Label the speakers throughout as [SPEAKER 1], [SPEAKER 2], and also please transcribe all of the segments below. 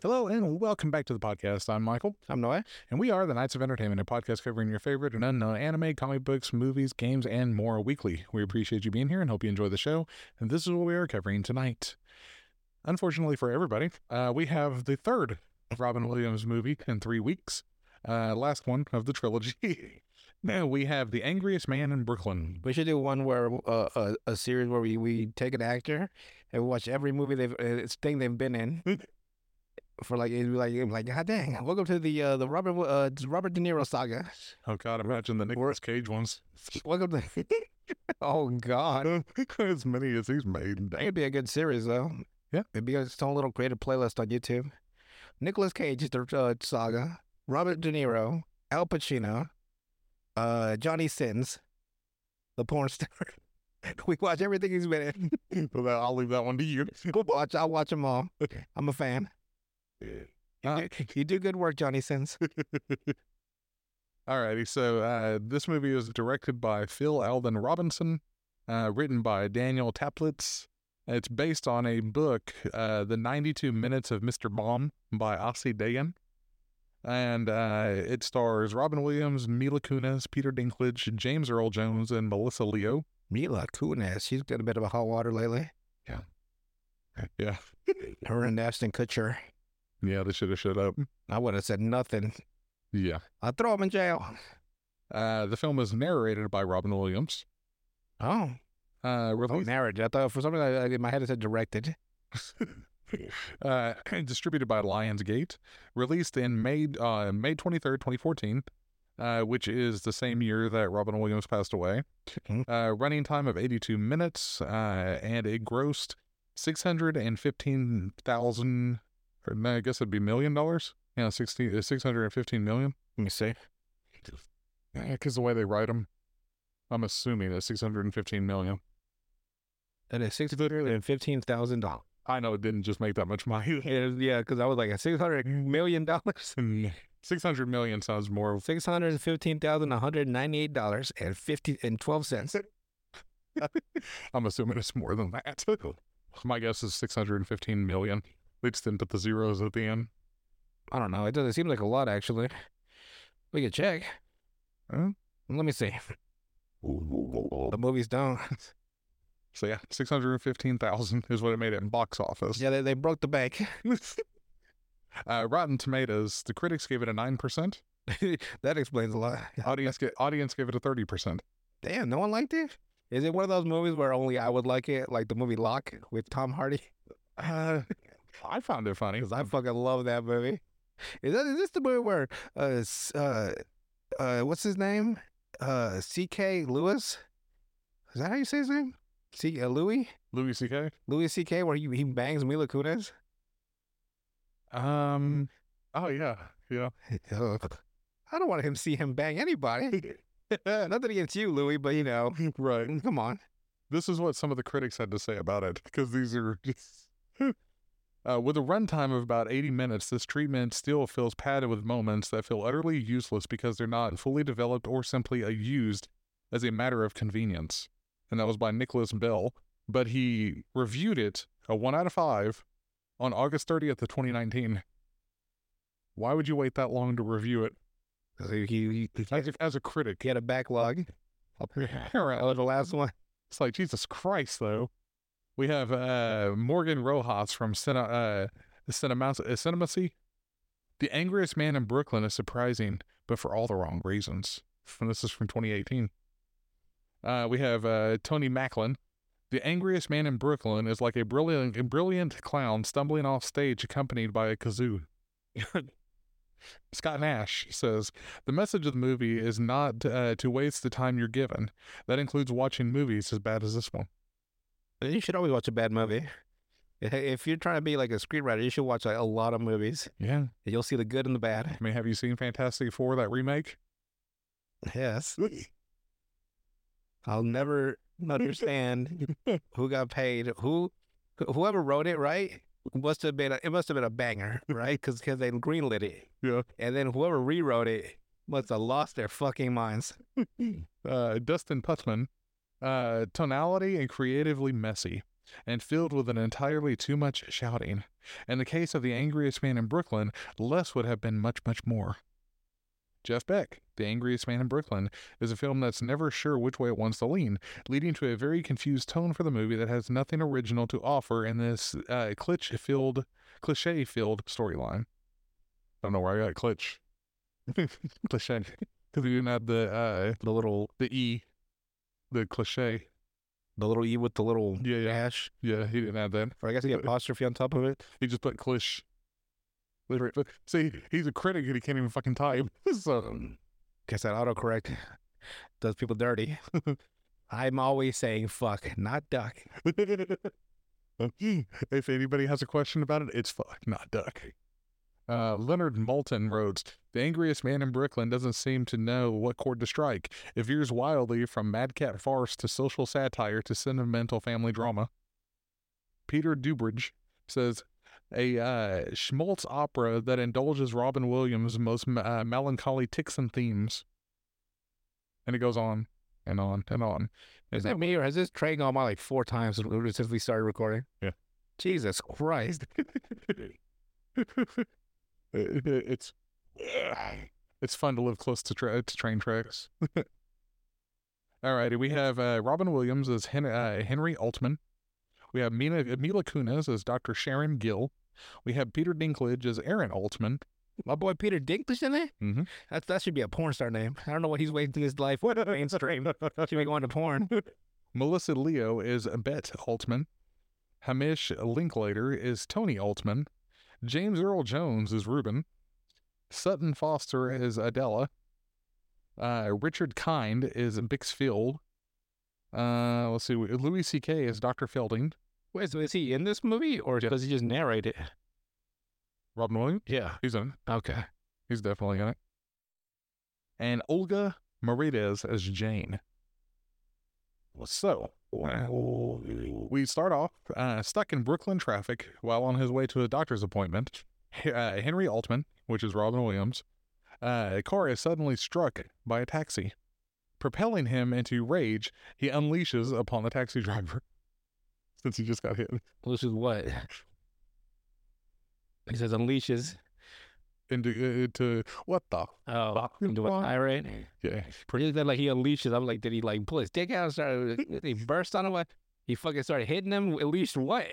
[SPEAKER 1] Hello and welcome back to the podcast. I'm Michael,
[SPEAKER 2] I'm Noah.
[SPEAKER 1] and we are the Knights of Entertainment, a podcast covering your favorite and unknown anime, comic books, movies, games, and more weekly. We appreciate you being here and hope you enjoy the show. And this is what we are covering tonight. Unfortunately for everybody, uh, we have the third Robin Williams movie in three weeks, uh, last one of the trilogy. now we have The Angriest Man in Brooklyn.
[SPEAKER 2] We should do one where uh, a, a series where we, we take an actor and watch every movie they've uh, it's thing they've been in for like it'd be like it'd be like God dang, welcome to the uh, the Robert Wi- uh, Robert De Niro saga.
[SPEAKER 1] Oh, God, imagine the Nicolas Cage ones.
[SPEAKER 2] Welcome to oh God,
[SPEAKER 1] as many as he's made.
[SPEAKER 2] it'd be a good series though.
[SPEAKER 1] Yeah.
[SPEAKER 2] it'd be its own little creative playlist on YouTube. Nicolas Cage the uh, saga, Robert De Niro, Al Pacino, uh, Johnny Sins, the porn star. we watch everything he's been in.
[SPEAKER 1] Well, I'll leave that one to you.
[SPEAKER 2] We'll watch. I'll watch them all.
[SPEAKER 1] Okay.
[SPEAKER 2] I'm a fan.
[SPEAKER 1] Uh,
[SPEAKER 2] You- you do good work, Johnny Sins.
[SPEAKER 1] Alrighty, so uh, this movie is directed by Phil Alden Robinson, uh, written by Daniel Taplitz. It's based on a book, uh, The 92 Minutes of Mr. Bomb by Ossie Dayan. And uh, it stars Robin Williams, Mila Kunis, Peter Dinklage, James Earl Jones, and Melissa Leo.
[SPEAKER 2] Mila Kunis, she's been a bit of a hot water lately.
[SPEAKER 1] Yeah,
[SPEAKER 2] Her and Ashton Kutcher.
[SPEAKER 1] yeah, they should have shut up.
[SPEAKER 2] I would have said nothing.
[SPEAKER 1] Yeah.
[SPEAKER 2] I'd throw him in jail.
[SPEAKER 1] Uh, the film is narrated by Robin Williams.
[SPEAKER 2] Oh,
[SPEAKER 1] Uh,
[SPEAKER 2] oh
[SPEAKER 1] released
[SPEAKER 2] marriage. I thought for some reason I- I- in my head it said directed.
[SPEAKER 1] uh, distributed by Lionsgate, released in May uh, May twenty third, twenty fourteen, uh, which is the same year that Robin Williams passed away.
[SPEAKER 2] Mhm.
[SPEAKER 1] Uh, running time of eighty two minutes, uh, and it grossed six hundred and fifteen thousand. Or no, I guess it'd be million dollars. Yeah, sixty uh, six hundred and fifteen million.
[SPEAKER 2] Let me see.
[SPEAKER 1] Because the way they write them, I'm assuming that six hundred and fifteen million.
[SPEAKER 2] That is six hundred and fifteen thousand dollars.
[SPEAKER 1] I know it didn't just make that much money.
[SPEAKER 2] Yeah, because I was like six hundred million dollars.
[SPEAKER 1] Six hundred million sounds more
[SPEAKER 2] Six hundred and fifteen thousand one hundred ninety-eight dollars and fifty and twelve cents.
[SPEAKER 1] I'm assuming it's more than that. My guess is 615 million. They just didn't put the zeros at the end.
[SPEAKER 2] I don't know. It doesn't seem like a lot actually. We could check.
[SPEAKER 1] Huh?
[SPEAKER 2] Let me see. The movies don't.
[SPEAKER 1] So yeah, 615,000 is what it made it in box office.
[SPEAKER 2] Yeah, they, they broke the bank.
[SPEAKER 1] Uh, Rotten Tomatoes, the critics gave it a 9%.
[SPEAKER 2] that explains a lot.
[SPEAKER 1] Audience, ga- audience gave it a 30%.
[SPEAKER 2] Damn, no one liked it. Is it one of those movies where only I would like it, like the movie Lock with Tom Hardy?
[SPEAKER 1] Uh, I found it funny.
[SPEAKER 2] Because I fucking love that movie. Is that is this the movie where uh s- uh, uh what's his name? Uh, C.K. Lewis. Is that how you say his name? C. Uh, Louis
[SPEAKER 1] Louis C.K.?
[SPEAKER 2] Louis C.K. Where he, he bangs Mila Kunis.
[SPEAKER 1] Um,
[SPEAKER 2] Hmm.
[SPEAKER 1] oh yeah, yeah.
[SPEAKER 2] Ugh. I don't want him see him bang anybody. Nothing against you, Louis, but you know, Mm,
[SPEAKER 1] Right.
[SPEAKER 2] come on.
[SPEAKER 1] This is what some of the critics had to say about it, because these are just. Uh, with a runtime of about 80 minutes, this treatment still feels padded with moments that feel utterly useless because they're not fully developed or simply uh, used as a matter of convenience. And that was by Nicholas Bell, but he reviewed it a 1 out of 5 on August 30th of 2019. Why would you wait that long to review it
[SPEAKER 2] 'Cause He, he, he-
[SPEAKER 1] as, as a critic?
[SPEAKER 2] he had a backlog.
[SPEAKER 1] Apparently.
[SPEAKER 2] Oh, the last one.
[SPEAKER 1] It's like Jesus Christ, though. We have uh, Morgan Rojas from Cine, uh, Cinemas- uh, Cinemacy. The angriest man in Brooklyn is surprising, but for all the wrong reasons. And this is from 2018. Uh, we have uh, Tony Macklin. The angriest man in Brooklyn is like a brilliant, a brilliant clown stumbling off stage accompanied by a kazoo. Scott Nash says the message of the movie is not uh, to waste the time you're given. That includes watching movies as bad as this one.
[SPEAKER 2] You should always watch a bad movie. If- If you're trying to be like a screenwriter, you should watch like, a lot of movies.
[SPEAKER 1] Yeah.
[SPEAKER 2] and You'll see the good and the bad.
[SPEAKER 1] I mean, have you seen Fantastic Four, that remake?
[SPEAKER 2] Yes. I'll never understand who got paid. Who, whoever wrote it, right? Must have been a, it. Must have been a banger, right? Because they greenlit it.
[SPEAKER 1] Yeah.
[SPEAKER 2] And then whoever rewrote it must have lost their fucking minds.
[SPEAKER 1] Uh, Dustin Putman. Uh, tonality and creatively messy. and filled with an entirely too much shouting. In the case of the angriest man in Brooklyn, less would have been much, much more. Jeff Beck, The Angriest Man in Brooklyn, is a film that's never sure which way it wants to lean, leading to a very confused tone for the movie that has nothing original to offer in this uh, filled, cliche filled storyline. I don't know where I got clitch. cliche. Because we didn't have the, uh,
[SPEAKER 2] The little,
[SPEAKER 1] the E, the cliche.
[SPEAKER 2] the little E with the little
[SPEAKER 1] Yeah, yeah.
[SPEAKER 2] dash,
[SPEAKER 1] Yeah, he didn't have that.
[SPEAKER 2] or I guess the apostrophe on top of it.
[SPEAKER 1] He just put clish. See, he's a critic and he can't even fucking type. So,
[SPEAKER 2] Guess that autocorrect does people dirty. I'm always saying fuck, not duck.
[SPEAKER 1] if anybody has a question about it, it's fuck, not duck. Uh, Leonard Moulton wrote, The angriest man in Brooklyn doesn't seem to know what chord to strike. It veers wildly from madcap farce to social satire to sentimental family drama. Peter Dubridge says, a uh, schmaltz opera that indulges Robin Williams' most uh, melancholy ticks and themes. And it goes on and on and on.
[SPEAKER 2] Is that me or has this train gone by like four times since we started recording?
[SPEAKER 1] Yeah.
[SPEAKER 2] Jesus Christ.
[SPEAKER 1] It- it- it's uh, it's fun to live close to, tra- to train tracks. Alrighty, we have uh, Robin Williams as Hen- uh, Henry Altman. We have Mina Mila Kunis as Dr. Sharon Gill. We have Peter Dinklage as Aaron Altman.
[SPEAKER 2] My boy Peter Dinklage in there?
[SPEAKER 1] Mhm.
[SPEAKER 2] That, that should be a porn star name. I don't know what he's waiting through his life. What mainstream. Should be going to porn.
[SPEAKER 1] Melissa Leo is Bet Altman. Hamish Linklater is Tony Altman. James Earl Jones is Reuben. Sutton Foster is Adela. Uh, Richard Kind is Bixfield. Uh, let's see. Louis C.K. is Dr. Felding.
[SPEAKER 2] Wait, so is he in this movie or does he just narrate it?
[SPEAKER 1] Robin Williams?
[SPEAKER 2] Yeah.
[SPEAKER 1] He's in it.
[SPEAKER 2] Okay.
[SPEAKER 1] He's definitely in it. And Olga Marides as Jane. So, we start off uh, stuck in Brooklyn traffic while on his way to a doctor's appointment. H- Uh, Henry Altman, which is Robin Williams, uh, a car is suddenly struck by a taxi. Propelling him into rage, he unleashes upon the taxi driver. Since he just got hit,
[SPEAKER 2] This is what? He says unleashes.
[SPEAKER 1] into, uh, into what the?
[SPEAKER 2] Oh,
[SPEAKER 1] Fucking
[SPEAKER 2] do an
[SPEAKER 1] fuck.
[SPEAKER 2] irate.
[SPEAKER 1] Yeah,
[SPEAKER 2] Pretty that like he unleashed. I'm like, did he like pull his dick out? And started he burst on him? What? He fucking started hitting him. Unleashed what?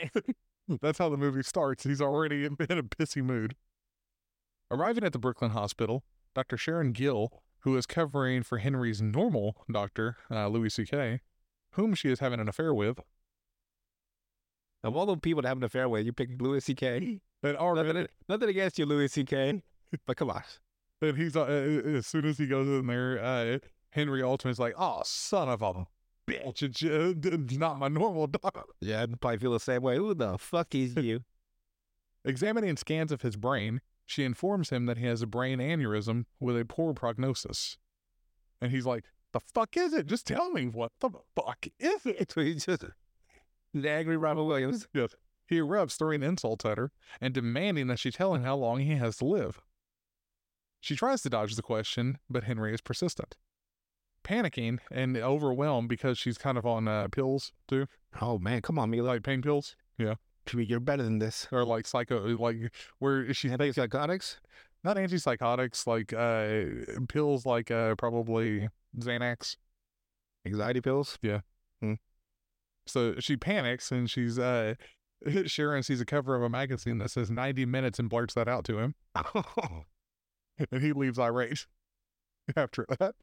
[SPEAKER 1] That's how the movie starts. He's already in, in a pissy mood. Arriving at the Brooklyn hospital, Dr. Sharon Gill, who is covering for Henry's normal doctor, uh, Louis C.K., whom she is having an affair with,
[SPEAKER 2] of all the people to have an affair with, you picked Louis C.K.
[SPEAKER 1] and already,
[SPEAKER 2] Nothing, nothing against you, Louis C.K. But come on.
[SPEAKER 1] and he's uh, uh, as soon as he goes in there, uh, Henry Altman's like, "Oh, son of a bitch! It's, uh, it's not my normal doctor."
[SPEAKER 2] Yeah, I'd probably feel the same way. Who the fuck is you?
[SPEAKER 1] Examining scans of his brain, she informs him that he has a brain aneurysm with a poor prognosis. And he's like, The fuck is it? Just tell me what the fuck is it?
[SPEAKER 2] so he's just the angry Robin Williams.
[SPEAKER 1] He erupts, throwing insults at her and demanding that she tell him how long he has to live. She tries to dodge the question, but Henry is persistent. Panicking and overwhelmed because she's kind of on uh, pills too,
[SPEAKER 2] Oh man, come on, Mila.
[SPEAKER 1] like pain pills
[SPEAKER 2] You're better than this.
[SPEAKER 1] or like psycho, like where she's
[SPEAKER 2] I think it's narcotics.
[SPEAKER 1] not antipsychotics like uh pills like uh probably xanax
[SPEAKER 2] Anxiety pills.
[SPEAKER 1] so she panics and she's uh sharon sees a cover of a magazine that says 90 minutes and blurts that out to him and he leaves irate after that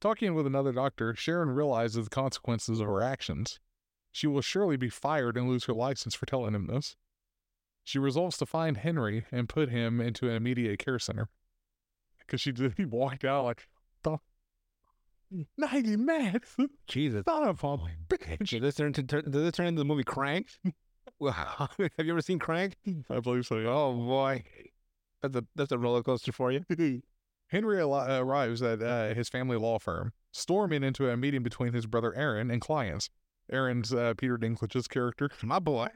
[SPEAKER 1] talking with another doctor sharon realizes the consequences of her actions she will surely be fired and lose her license for telling him this she resolves to find henry and put him into an immediate care center because she did he walked out like the 90 minutes
[SPEAKER 2] Jesus. Oh,
[SPEAKER 1] son of a bitch
[SPEAKER 2] Did this turn to turn, did this turn into the movie Crank? Wow. Have you ever seen Crank?
[SPEAKER 1] i believe so yeah.
[SPEAKER 2] Oh boy, that's a that's a roller coaster for you.
[SPEAKER 1] Henry al- arrives at uh, his family law firm, storming into a meeting between his brother Aaron and clients. Aaron's uh, Peter Dinklage's character.
[SPEAKER 2] My boy,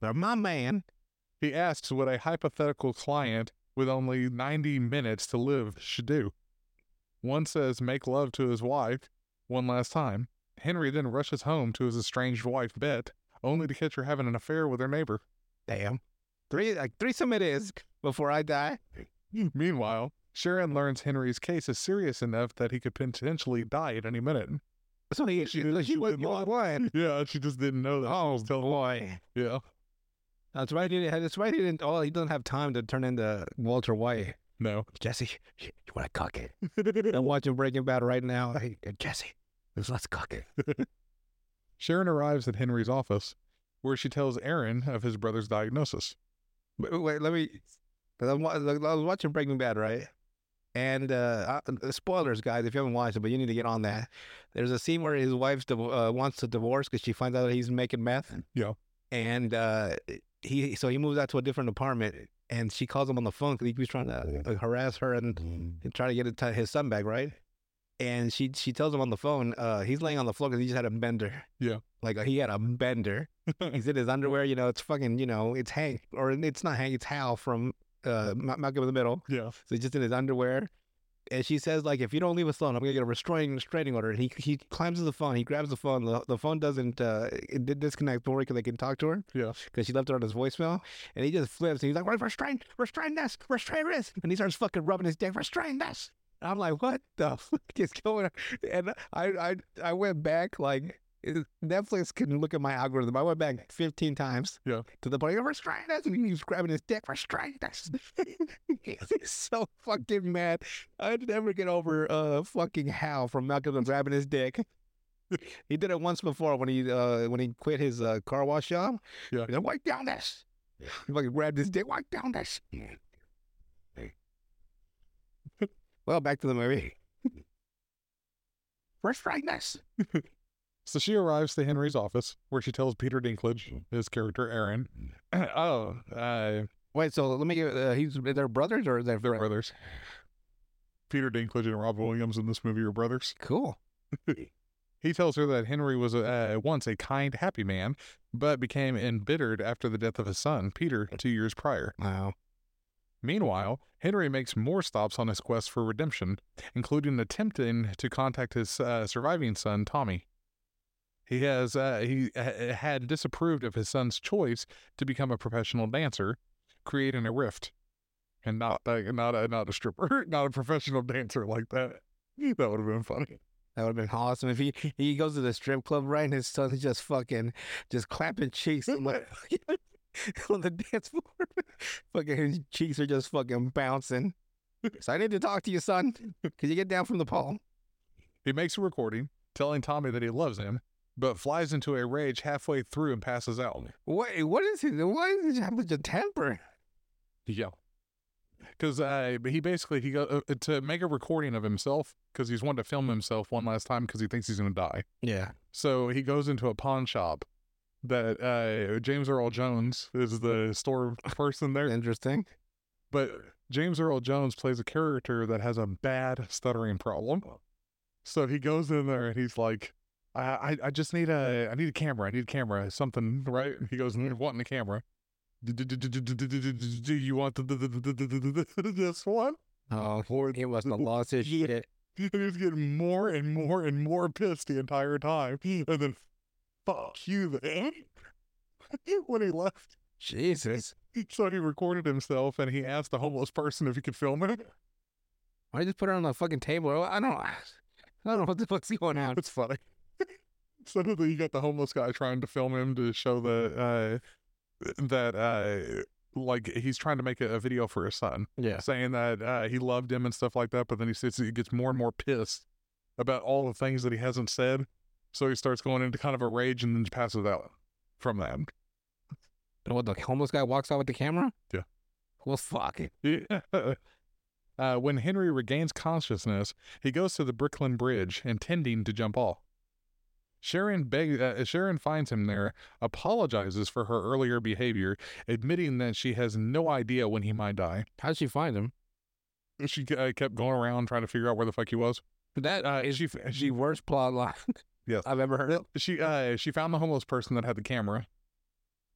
[SPEAKER 2] they're my man.
[SPEAKER 1] He asks what a hypothetical client with only 90 minutes to live should do. One says make love to his wife one last time. Henry then rushes home to his estranged wife, Bet, only to catch her having an affair with her neighbor.
[SPEAKER 2] Damn. Three like threesome it is before I die.
[SPEAKER 1] Meanwhile, Sharon learns Henry's case is serious enough that he could potentially die at any minute.
[SPEAKER 2] So he she, she,
[SPEAKER 1] she
[SPEAKER 2] was
[SPEAKER 1] did not.
[SPEAKER 2] one.
[SPEAKER 1] Yeah, she just didn't know that. Oh, still
[SPEAKER 2] Boy.
[SPEAKER 1] Yeah.
[SPEAKER 2] That's right. He didn't, that's right. He didn't. Oh, he doesn't have time to turn into Walter White.
[SPEAKER 1] No.
[SPEAKER 2] Jesse, you want to cock it? I'm watching Breaking Bad right now. Hey, Jesse, let's let's cock it.
[SPEAKER 1] Sharon arrives at Henry's office, where she tells Aaron of his brother's diagnosis.
[SPEAKER 2] Wait, oh, wait, let me. 'cause I'm, wa- I was watching Breaking Bad, right? And uh, I- spoilers, guys, if you haven't watched it, but you need to get on that. There's a scene where his wife div- uh, wants to divorce because she finds out that he's making meth.
[SPEAKER 1] Yeah.
[SPEAKER 2] And uh, he, so he moves out to a different apartment, and she calls him on the phone because he keeps trying to uh, harass her and and try to get it to his son back, right? And she she tells him on the phone, uh, he's laying on the floor because he just had a bender.
[SPEAKER 1] Yeah.
[SPEAKER 2] like uh, he had a bender. he's in his underwear. You know, it's fucking. You know, it's Hank or it's not Hank. It's Hal from uh, Ma- Malcolm in the Middle.
[SPEAKER 1] Yeah.
[SPEAKER 2] So he's just in his underwear. And she says, like, if you don't leave us alone, I'm gonna get a restraining restraining order. And he he climbs to the phone. He grabs the phone. The, the phone doesn't uh, it did disconnect before because they can talk to her
[SPEAKER 1] Yeah.
[SPEAKER 2] because she left it on his voicemail. And he just flips and he's like, restrain, restrain this, restrain this. And he starts fucking rubbing his dick, restrain this. And I'm like, what the fuck is going on? And I, I, I went back like, is- Netflix can look at my algorithm. I went back 15 times
[SPEAKER 1] Yeah.
[SPEAKER 2] to the point of restrain this. And he's grabbing his dick, restrain this. he's so fucking mad. I'd never get over uh fucking Hal from Malcolm and grabbing his dick. He did it once before when he uh, when he quit his uh, car wash job.
[SPEAKER 1] Yeah.
[SPEAKER 2] He's like, wipe down this. He fucking grabbed his dick, wipe down this. well, back to the movie. First right this.
[SPEAKER 1] So she arrives to Henry's office, where she tells Peter Dinklage, his character Aaron, "Oh, uh,
[SPEAKER 2] Wait, so let me get uh, he's they're brothers or they're,
[SPEAKER 1] they're brothers. Peter Dinklage and Rob Williams in this movie are brothers."
[SPEAKER 2] cool.
[SPEAKER 1] He tells her that Henry was uh, at once a kind, happy man, but became embittered after the death of his son, Peter, two years prior.
[SPEAKER 2] Wow.
[SPEAKER 1] Meanwhile, Henry makes more stops on his quest for redemption, including attempting to contact his uh, surviving son, Tommy. He has uh, he ha- had disapproved of his son's choice to become a professional dancer, creating a rift, and not a, not a not a stripper, not a professional dancer like that. That would have been funny.
[SPEAKER 2] That would have been awesome if he he goes to the strip club right and his son's just fucking just clapping cheeks on the, on the dance floor. fucking his cheeks are just fucking bouncing. So I need to talk to you, son. Can you get down from the pole?
[SPEAKER 1] He makes a recording telling Tommy that he loves him, but flies into a rage halfway through and passes out.
[SPEAKER 2] What what is he? Why does he have such a temper?
[SPEAKER 1] Yeah. Because uh, he basically he go uh, to make a recording of himself because he's wanted to film himself one last time because he thinks he's going to die.
[SPEAKER 2] Yeah.
[SPEAKER 1] So he goes into a pawn shop that uh, James Earl Jones is the store person there,
[SPEAKER 2] Interesting.
[SPEAKER 1] but James Earl Jones plays a character that has a bad stuttering problem. So he goes in there and he's like, I, I, I just need a, I need a camera. I need a camera, something, right? He goes, "Mm, wanting a camera. Do you want the- this one?
[SPEAKER 2] Oh, he must have lost his shit.
[SPEAKER 1] And he's getting more and more and more pissed the entire time. And then, fuck you, man. when he left,
[SPEAKER 2] Jesus.
[SPEAKER 1] so he recorded himself and he asked the homeless person if he could film it.
[SPEAKER 2] Why just put it on the fucking table? I don't I don't know what the fuck's going on.
[SPEAKER 1] It's funny. Suddenly, you got the homeless guy trying to film him to show that uh, that uh, like he's trying to make a, a video for his son,
[SPEAKER 2] Yeah.
[SPEAKER 1] saying that uh, he loved him and stuff like that. But then he sits, he gets more and more pissed about all the things that he hasn't said, so he starts going into kind of a rage and then passes out from that.
[SPEAKER 2] What the homeless guy walks out with the camera?
[SPEAKER 1] Yeah.
[SPEAKER 2] Well, fuck it.
[SPEAKER 1] Yeah. Uh, when Henry regains consciousness, he goes to the Brooklyn Bridge, intending to jump off. Sharon beg- uh, Sharon finds him there, apologizes for her earlier behavior, admitting that she has no idea when he might die.
[SPEAKER 2] How'd she find him?
[SPEAKER 1] She uh, kept going around trying to figure out where the fuck he was.
[SPEAKER 2] That
[SPEAKER 1] Uh,
[SPEAKER 2] uh, is
[SPEAKER 1] she she
[SPEAKER 2] the worst plot line
[SPEAKER 1] Yes.
[SPEAKER 2] I've ever heard of.
[SPEAKER 1] she uh, she found the homeless person that had the camera,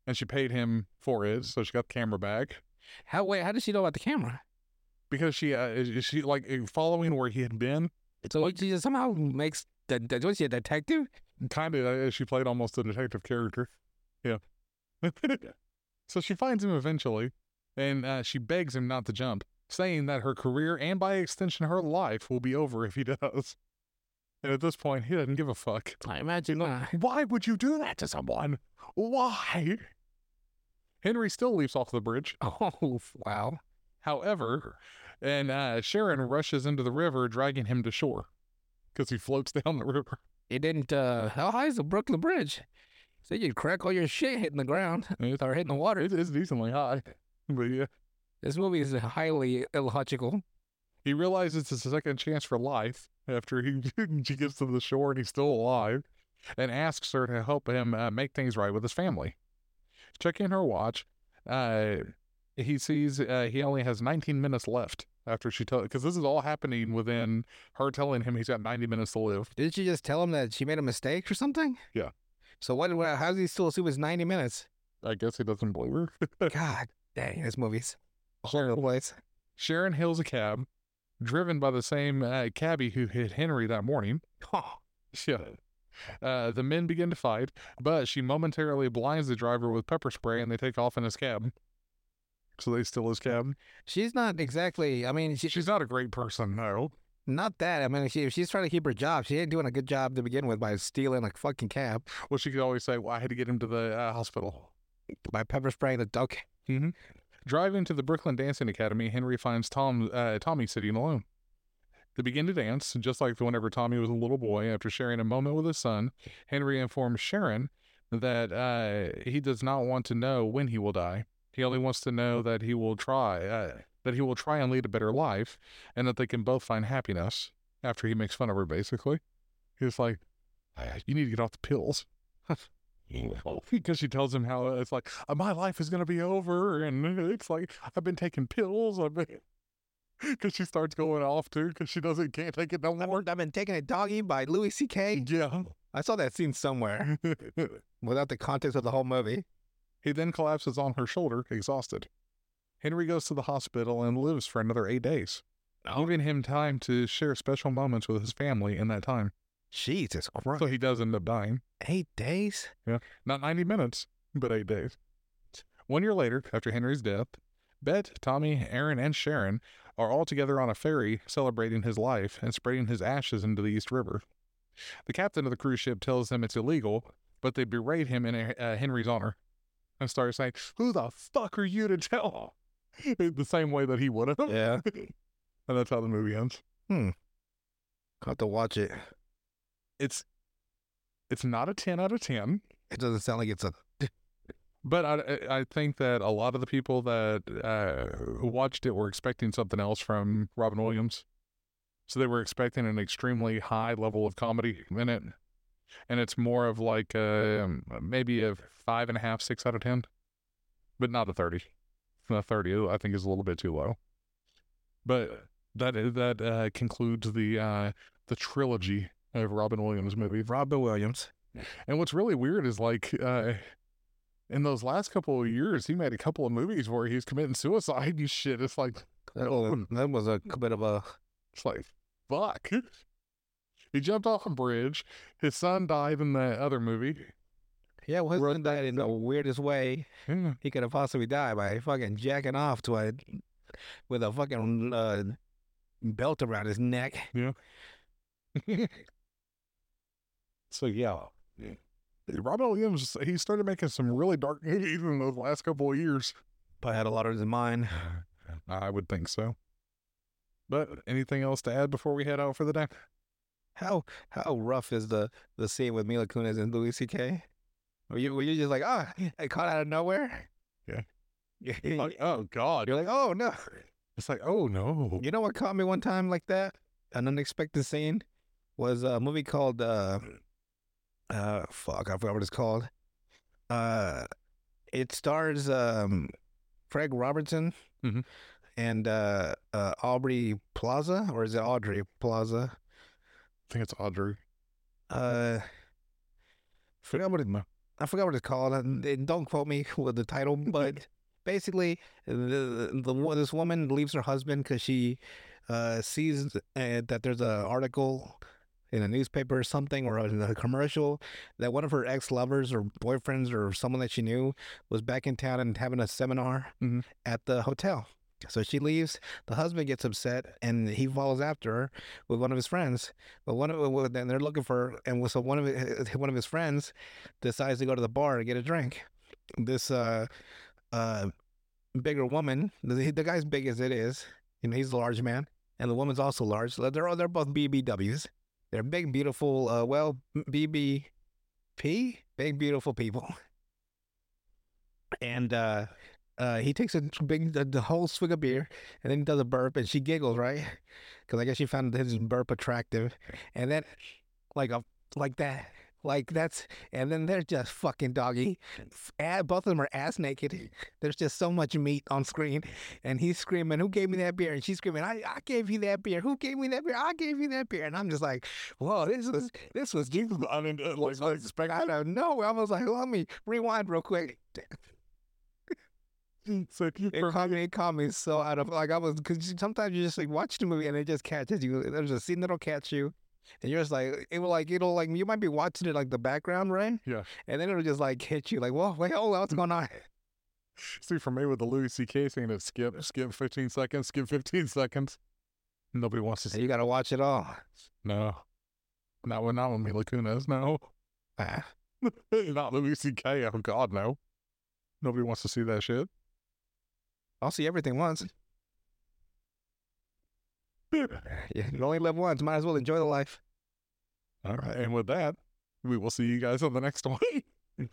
[SPEAKER 1] and she paid him for it, so she got the camera back.
[SPEAKER 2] How wait? How did she know about the camera?
[SPEAKER 1] Because she uh, she like following where he had been,
[SPEAKER 2] So what, she just somehow makes the, the- what's she a detective?
[SPEAKER 1] kind of. uh, She played almost a detective character. Yeah. so she finds him eventually, and uh, she begs him not to jump, saying that her career and by extension her life will be over if he does. And at this point, he doesn't give a fuck.
[SPEAKER 2] I imagine not.
[SPEAKER 1] Why would you do that to someone? Why? Henry still leaps off the bridge.
[SPEAKER 2] Oh wow!
[SPEAKER 1] However, and uh, Sharon rushes into the river, dragging him to shore because he floats down the river.
[SPEAKER 2] It didn't. uh How high is the Brooklyn Bridge? So you'd crack all your shit hitting the ground
[SPEAKER 1] It's,
[SPEAKER 2] or hitting the water.
[SPEAKER 1] it is decently high, but yeah.
[SPEAKER 2] This movie is highly illogical.
[SPEAKER 1] He realizes it's a second chance for life after he she gets to the shore and he's still alive, and asks her to help him uh, make things right with his family. Checking her watch, uh, he sees uh, he only has 19 minutes left after she tells because this is all happening within her telling him he's got 90 minutes to live.
[SPEAKER 2] Didn't she just tell him that she made a mistake or something?
[SPEAKER 1] Yeah.
[SPEAKER 2] So what? what how does he still assume it's ninety minutes?
[SPEAKER 1] I guess he doesn't believe her.
[SPEAKER 2] God dang, this movie's all over the place.
[SPEAKER 1] Sharon hails a cab, driven by the same uh, cabbie who hit Henry that morning.
[SPEAKER 2] Oh,
[SPEAKER 1] Yeah. Uh, the men begin to fight, but she momentarily blinds the driver with pepper spray and they take off in his cab. So they steal his cab.
[SPEAKER 2] she's not exactly. I mean, she,
[SPEAKER 1] She's not a great person, no.
[SPEAKER 2] not that. I mean, she, if she's trying to keep her job. She ain't doing a good job to begin with by stealing a fucking cab,
[SPEAKER 1] Well, she could always say, Well, I had to get him to the uh, hospital.
[SPEAKER 2] by pepper spraying the duck.
[SPEAKER 1] Driving to the Brooklyn Dancing Academy, Henry finds Tom uh, Tommy sitting alone. They begin to dance, just like whenever Tommy was a little boy. After sharing a moment with his son, Henry informs Sharon that uh, he does not want to know when he will die. He only wants to know that he will try, uh, that he will try and lead a better life, and that they can both find happiness. After he makes fun of her, basically, he's like, "Uh, "You need to get off the pills." because she tells him how it's like "Uh, my life is going to be over and it's like i've been taking pills i've been because she starts going off too because she doesn't can't take it no
[SPEAKER 2] I've
[SPEAKER 1] more
[SPEAKER 2] been, I've been taking a doggy by Louis C.K.
[SPEAKER 1] yeah
[SPEAKER 2] I saw that scene somewhere without the context of the whole movie.
[SPEAKER 1] he then collapses on her shoulder exhausted henry goes to the hospital and lives for another eight days giving him time to share special moments with his family in that time
[SPEAKER 2] Jesus Christ!
[SPEAKER 1] so he does end up dying
[SPEAKER 2] Eight days.
[SPEAKER 1] Not 90 minutes, but eight days. One year later, after Henry's death, Bet, Tommy, Aaron, and Sharon are all together on a ferry celebrating his life and spreading his ashes into the East River. The captain of the cruise ship tells them it's illegal, but they berate him in uh, Henry's honor and start saying, Who the fuck are you to tell? the same way that he would have.
[SPEAKER 2] Yeah.
[SPEAKER 1] And that's how the movie ends.
[SPEAKER 2] I'll have to watch it.
[SPEAKER 1] It's it's not a 10 out of 10.
[SPEAKER 2] It doesn't sound like it's a.
[SPEAKER 1] But I- I, I think that a lot of the people that uh, watched it were expecting something else from Robin Williams. So they were expecting an extremely high level of comedy in it. And it's more of like uh, um, maybe a five and a half, six out of 10, but not a 30. A 30, I think, is a little bit too low. But that that uh, concludes the uh, the trilogy of Robin Williams movies.
[SPEAKER 2] Robin Williams.
[SPEAKER 1] And what's really weird is like uh, in those last couple of years, he made a couple of movies where he's committing suicide and shit. It's like
[SPEAKER 2] That was, that was a bit of a.
[SPEAKER 1] it's like fuck. He jumped off a bridge. His son died in that other movie.
[SPEAKER 2] Yeah, well, his son died in the weirdest way
[SPEAKER 1] Yeah.
[SPEAKER 2] he could have possibly died by fucking jacking off to a with a fucking uh, belt around his neck.
[SPEAKER 1] So yeah. Robin Williams, he started making some really dark movies in those last couple of years.
[SPEAKER 2] Probably had a lot on his mind.
[SPEAKER 1] I would think so. But anything else to add before we head out for the day?
[SPEAKER 2] How how rough is the the scene with Mila Kunis and Louis C.K.? Were you were you just like ah, oh, I caught out of nowhere?
[SPEAKER 1] Yeah.
[SPEAKER 2] You're
[SPEAKER 1] Like, oh God!
[SPEAKER 2] like oh no.
[SPEAKER 1] It's like, oh no!
[SPEAKER 2] You know what caught me one time like that? An unexpected scene was a movie called uh uh fuck, I forgot what it's called. Uh it stars um Craig Robertson
[SPEAKER 1] Mhm.
[SPEAKER 2] and uh, uh Aubrey Plaza or is it Audrey Plaza?
[SPEAKER 1] I think it's Audrey.
[SPEAKER 2] Uh forgot what it I forgot what it's called. and- and Don't quote me with the title, but basically, the, the wo- this woman leaves her husband because she uh, sees uh, that there's an article in a newspaper or something or in a commercial that one of her ex lovers or boyfriends or someone that she knew was back in town and having a seminar
[SPEAKER 1] Mhm.
[SPEAKER 2] at the hotel. So she leaves. The husband gets upset and he follows after her with one of his friends. But one of well, then they're looking for, her, and so one of his, one of his friends decides to go to the bar to get a drink. This uh, uh, bigger woman, the, the guy's big as it is, you know, he's a large man, and the woman's also large. So They're all- they're both BBWs. They're big, beautiful. Uh, well, BBP, big, beautiful people. And uh, uh, he takes a big, the, the whole swig of beer, and then he does a burp, and she giggles, right? Because I guess she found his burp attractive, and then like a like that. Like that's, and then they're just fucking doggy. F- ah, Both of them are ass naked. There's just so much meat on screen, and he's screaming, "Who gave me that beer?" And she's screaming, "I, I gave you that beer. Who gave me that beer? I gave you that beer." And I'm just like, "Whoa, this was this was deep. I mean, uh, like, like, spec- I don't know." I was like, "Let me rewind real quick."
[SPEAKER 1] So
[SPEAKER 2] It caught me. It caught me so out of like I was because sometimes you just like watch the movie and it just catches you. There's a scene that'll catch you, and you're just like it will like it'll like you might be watching it like the background, right?
[SPEAKER 1] Yeah.
[SPEAKER 2] And then it'll just like hit you like, "Whoa, wait, hold on, what's going on?"
[SPEAKER 1] see for me with the Louis C.K. scene, it's skip, skip 15 seconds, skip 15 seconds. Nobody wants to
[SPEAKER 2] So
[SPEAKER 1] see.
[SPEAKER 2] you gotta watch it all.
[SPEAKER 1] No, not when not when Mila Kunis. No,
[SPEAKER 2] Ah.
[SPEAKER 1] not Louis C.K. Oh God, no. Nobody wants to see that shit.
[SPEAKER 2] I'll see everything once. Yeah, you only live once. Might as well enjoy the life.
[SPEAKER 1] All right, and with that, we will see you guys on the next one.